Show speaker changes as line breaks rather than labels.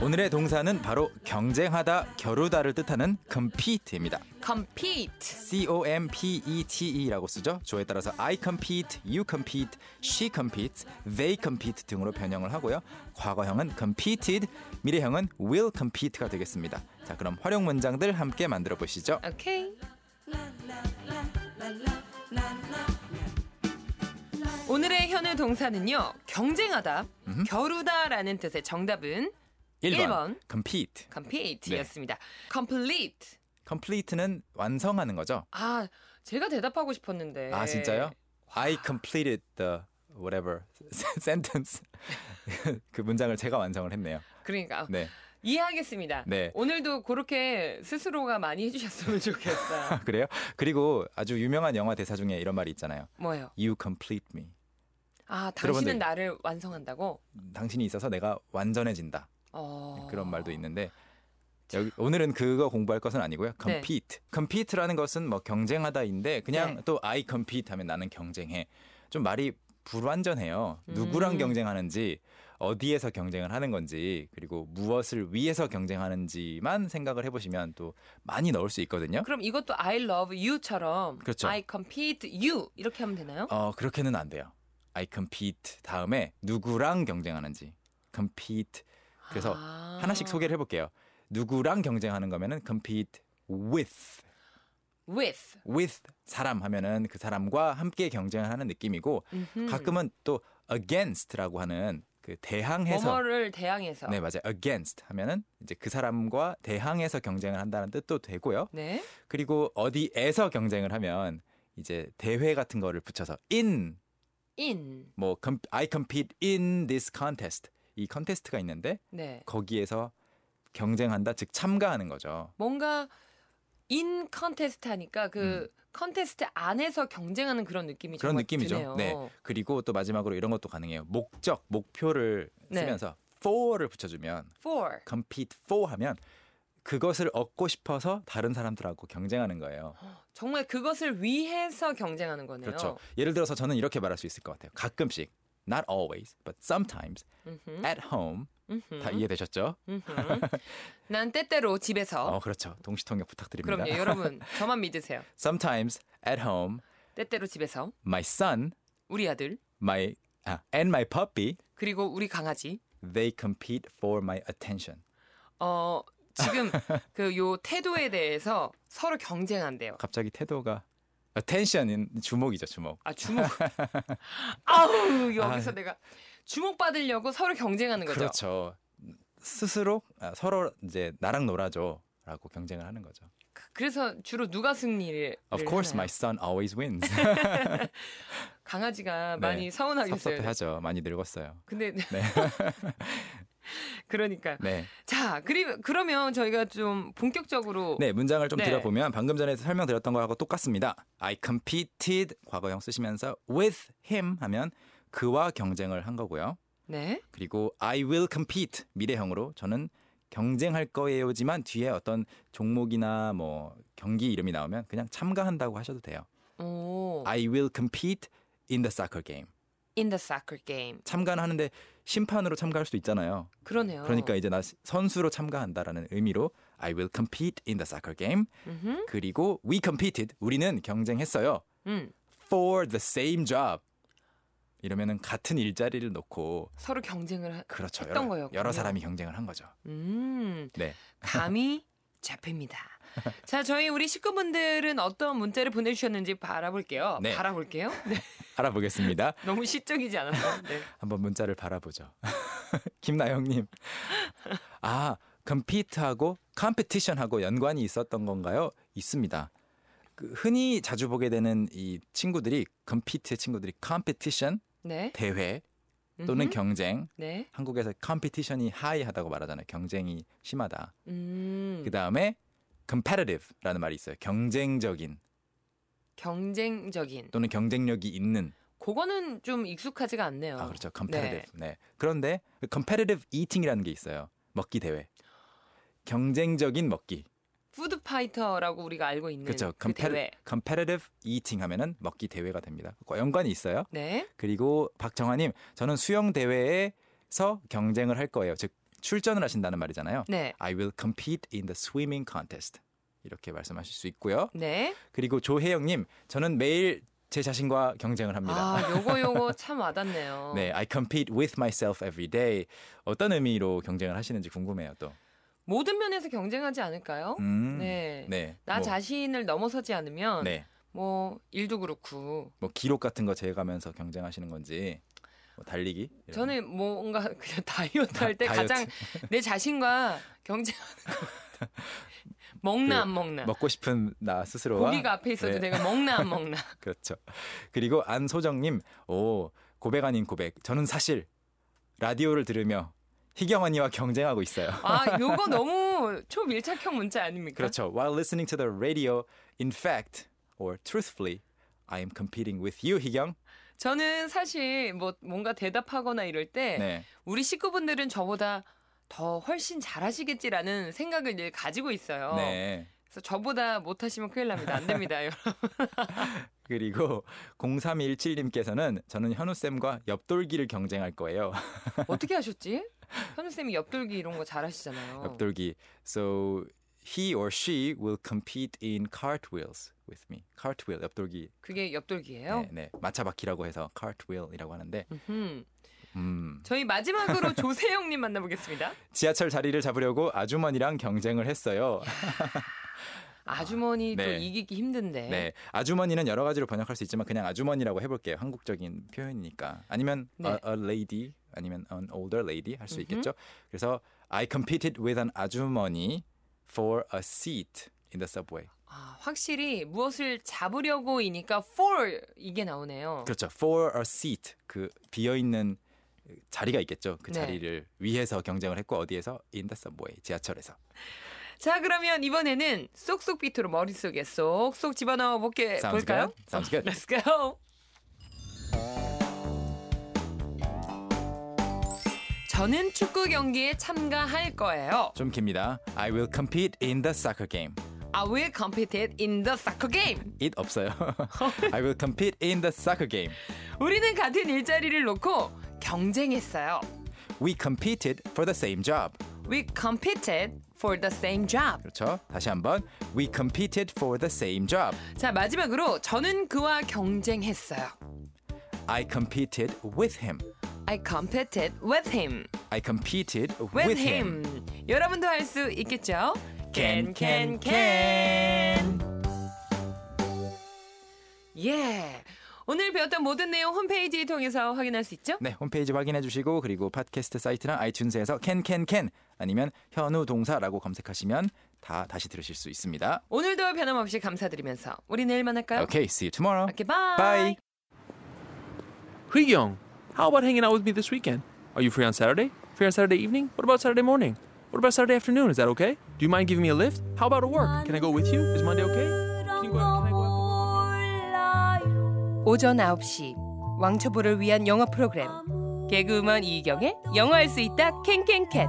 오늘의 동사는 바로 경쟁하다, 겨루다를 뜻하는 compete입니다.
compete.
C O M P E T E라고 쓰죠. 조에 따라서 I compete, you compete, she competes, they compete 등으로 변형을 하고요. 과거형은 competed, 미래형은 will compete가 되겠습니다. 자, 그럼 활용 문장들 함께 만들어 보시죠.
오케이. 오늘의 현우 동사는요. 경쟁하다, 겨루다라는 뜻의 정답은
일
일
번
번.
compete.
compete였습니다.
네.
complete.
complete는 완성하는 거죠.
아, 제가 대답하고 싶었는데.
아, 진짜요? I completed the whatever sentence. 그 문장을 제가 완성을 했네요.
그러니까
네.
이해하겠습니다.
네.
오늘도 그렇게 스스로가 많이 해주셨으면 좋겠어요.
아, 그래요? 그리고 아주 유명한 영화 대사 중에 이런 말이 있잖아요.
뭐요?
You complete me.
아,
들어본 적이-
당신은 나를 완성한다고?
당신이 있어서 내가 완전해진다.
어...
네, 그런 말도 있는데 여기 오늘은 그거 공부할 것은 아니고요.
네.
compete. compete라는 것은 뭐 경쟁하다인데 그냥
네.
또 I compete 하면 나는 경쟁해. 좀 말이 불완전해요. 누구랑
음.
경쟁하는지 어디에서 경쟁을 하는 건지 그리고 무엇을 위해서 경쟁하는지만 생각을 해보시면 또 많이 넣을 수 있거든요.
그럼 이것도 I love you처럼
그렇죠.
I compete you 이렇게 하면 되나요?
어 그렇게는 안 돼요. I compete 다음에 누구랑 경쟁하는지 compete 그래서
아.
하나씩 소개를 해볼게요. 누구랑 경쟁하는 거면은 compete with
with
with 사람 하면은 그 사람과 함께 경쟁하는 느낌이고
음흠.
가끔은 또 against라고 하는 그 대항해서
뭐뭐를 대항해서
네
네.
맞아요 against 하면은 이제 그 사람과 대항해서 경쟁을 한다는 뜻도 되고요.
네.
그리고 어디에서 경쟁을 하면 이제 대회 같은 거를 붙여서 in
in
뭐 com- I compete in this contest 이 컨테스트가 있는데
네
거기에서 경쟁한다 즉 참가하는 거죠.
뭔가 in 컨테스트 하니까 그 컨테스트 안에서 경쟁하는 그런 느낌이
음. 그런
정말
느낌이죠.
드네요.
네. 그리고 또 마지막으로 이런 것도 가능해요. 목적, 목표를
네.
쓰면서 for를 붙여주면
for
compete for 하면 그것을 얻고 싶어서 다른 사람들하고 경쟁하는 거예요.
아, 정말 그것을 위해서 경쟁하는 거네요.
그렇죠. 예를 들어서 저는 이렇게 말할 수 있을 것 같아요. 가끔씩 not always but sometimes
음흠,
at home
음흠,
다 이해되셨죠?
음흠. 난 때때로 집에서
어 그렇죠. 동시통역 부탁드립니다.
그럼요 여러분 저만 믿으세요.
Sometimes at home
때때로 집에서
my son,
우리 아들
my 아, and my puppy,
그리고 우리 강아지
they compete for my attention.
어 지금 그 요 태도에 대해서 서로 경쟁한대요.
갑자기 태도가 attention인 주목이죠, 주목.
아 주목. 아우 여기서 내가 주목 받으려고 서로 경쟁하는 거죠.
그렇죠. 스스로 아, 서로 이제 나랑 놀아줘라고 경쟁을 하는 거죠.
래서 주로 누가 승리를
Of course, my
하나요?
son always wins.
강아지가
네.
많이 서운하겠어요.
섭섭해하죠. 많이 늙었어요.
근데
네.
그러니까
네,
자 그리, 그러면 저희가 좀 본격적으로
네 문장을 좀
네.
들어보면 방금 전에 설명드렸던 거하고 똑같습니다. I competed 과거형 쓰시면서 with him 하면 그와 경쟁을 한 거고요.
네.
그리고 I will compete 미래형으로 저는 경쟁할 거예요지만 뒤에 어떤 종목이나 뭐 경기 이름이 나오면 그냥 참가한다고 하셔도 돼요.
오
I will compete in the soccer game.
in the soccer game
참가는 하는데 심판으로 참가할 수도 있잖아요.
그러네요.
그러니까 이제 나 선수로 참가한다라는 의미로 I will compete in the soccer game.
음흠,
그리고 we competed 우리는 경쟁했어요.
음
for the same job. 이러면은 같은 일자리를 놓고
서로 경쟁을 하-
그렇죠.
했던
여러,
거예요.
여러 사람이 경쟁을 한 거죠.
음
네.
감이 잡힙니다. 자, 저희 우리 식구분들은 어떤 문자를 보내주셨는지 바라볼게요.
네.
바라볼게요. 네,
알아보겠습니다.
너무 시적이지 않았나요? 네.
한번 문자를 바라보죠. 김나영님. 아, 컴피트하고 컴피티션하고 연관이 있었던 건가요? 있습니다. 그 흔히 자주 보게 되는 이 친구들이 컴피트의 친구들이 컴피티션
네.
대회 또는
음흠.
경쟁
네.
한국에서 컴피티션이 하이하다고 말하잖아요. 경쟁이 심하다.
음.
그 다음에 competitive라는 말이 있어요. 경쟁적인
경쟁적인.
또는 경쟁력이 있는
그거는 좀 익숙하지가 않네요.
아 그렇죠. competitive. 네. 그런데 competitive eating이라는 게 있어요. 먹기 대회. 경쟁적인 먹기.
푸드 파이터라고 우리가 알고 있는
그렇죠.
그 대회.
competitive eating 하면은 먹기 대회가 됩니다. 그거 연관이 있어요.
네.
그리고 박정아님, 저는 수영 대회에서 경쟁을 할 거예요. 즉 출전을 하신다는 말이잖아요.
네.
I will compete in the swimming contest. 이렇게 말씀하실 수 있고요.
네.
그리고 조혜영님, 저는 매일 제 자신과 경쟁을 합니다.
아, 요거 요거 참 와닿네요.
네, I compete with myself every day. 어떤 의미로 경쟁을 하시는지 궁금해요. 또.
모든 면에서 경쟁하지 않을까요?
음,
네.
네.
나
뭐,
자신을 넘어서지 않으면
네.
뭐 일도 그렇고
뭐 기록 같은 거 재가면서 경쟁하시는 건지 뭐 달리기. 이런
저는 뭔가 그냥 다이어트 할 때
다이어트.
가장 내 자신과 경쟁하는 것 같아요. 먹나
그
안 먹나
먹고 싶은 나 스스로와
고기가 앞에 있어도
네.
내가 먹나 안 먹나
그렇죠. 그리고 안소정님, 오 고백 아닌 고백. 저는 사실 라디오를 들으며 희경 언니와 경쟁하고 있어요.
아 요거 너무 초밀착형 문자 아닙니까?
그렇죠. While listening to the radio, in fact or truthfully, I am competing with you, 희경.
저는 사실 뭐 뭔가 대답하거나 이럴 때
네.
우리 식구분들은 저보다 더 훨씬 잘하시겠지라는 생각을 늘 가지고 있어요.
네.
그래서 저보다 못하시면 큰일 납니다. 안 됩니다. 여러분.
그리고 0317님께서는 저는 현우 쌤과 옆돌기를 경쟁할 거예요.
어떻게 하셨지? 현우 쌤이 옆돌기 이런 거 잘하시잖아요.
옆돌기. So he or she will compete in cartwheels with me. cartwheel 옆돌기.
그게 옆돌기예요?
네, 네. 마차바퀴라고 해서 cartwheel이라고 하는데
음흠.
음.
저희 마지막으로 조세영님 만나보겠습니다.
지하철 자리를 잡으려고 아주머니랑 경쟁을 했어요.
아주머니 또
네.
이기기 힘든데.
네. 아주머니는 여러 가지로 번역할 수 있지만 그냥 아주머니라고 해볼게요. 한국적인 표현이니까. 아니면
네.
a, a lady 아니면 an older lady 할 수
음흠.
있겠죠. 그래서 I competed with an 아주머니 for a seat in the subway.
아, 확실히 무엇을 잡으려고이니까 for 이게 나오네요.
그렇죠. For a seat 그 비어 있는 자리가 있겠죠. 그
네.
자리를 위해서 경쟁을 했고 어디에서 in the subway 지하철에서.
자 그러면 이번에는 쏙쏙 비트로 머릿속에 쏙쏙 집어넣어 네, 볼게
Sounds
볼까요? 네.
good. Sounds good.
Let's go. 저는 축구 경기에 참가할 거예요.
좀 깁니다. I will compete in the soccer game.
I will compete in the soccer game.
it 없어요. I will compete in the soccer game.
우리는 같은 일자리를 놓고 경쟁했어요.
We competed for the same job.
We competed for the same job.
그렇죠? 다시 한번 We competed for the same job.
자 마지막으로 저는 그와 경쟁했어요.
I competed with him.
I competed with him.
I competed with,
with him. 여러분도 할 수 있겠죠?
Can, can,
can. 예. 오늘 배웠던 모든 내용 홈페이지 통해서 확인할 수 있죠?
네, 홈페이지 확인해 주시고 그리고 팟캐스트 사이트나 아이튠즈에서 캔캔캔 아니면 현우 동사라고 검색하시면 다 다시 들으실 수 있습니다.
오늘도 변함없이 감사드리면서 우리 내일 만날까요?
어? Okay, see you tomorrow.
오케이, 바이.
Bye.
Young, how about hanging out with me this weekend? Are you free on Saturday? Free on Saturday evening? What about Saturday morning? What about Saturday afternoon? Is that okay? Do you mind giving me a lift? How about at work? Can I go with you? Is Monday okay? Can you go out? Can I go out?
오전 9시 왕초보를 위한 영어 프로그램 개그우먼 이경의 영어할 수 있다 캔캔캔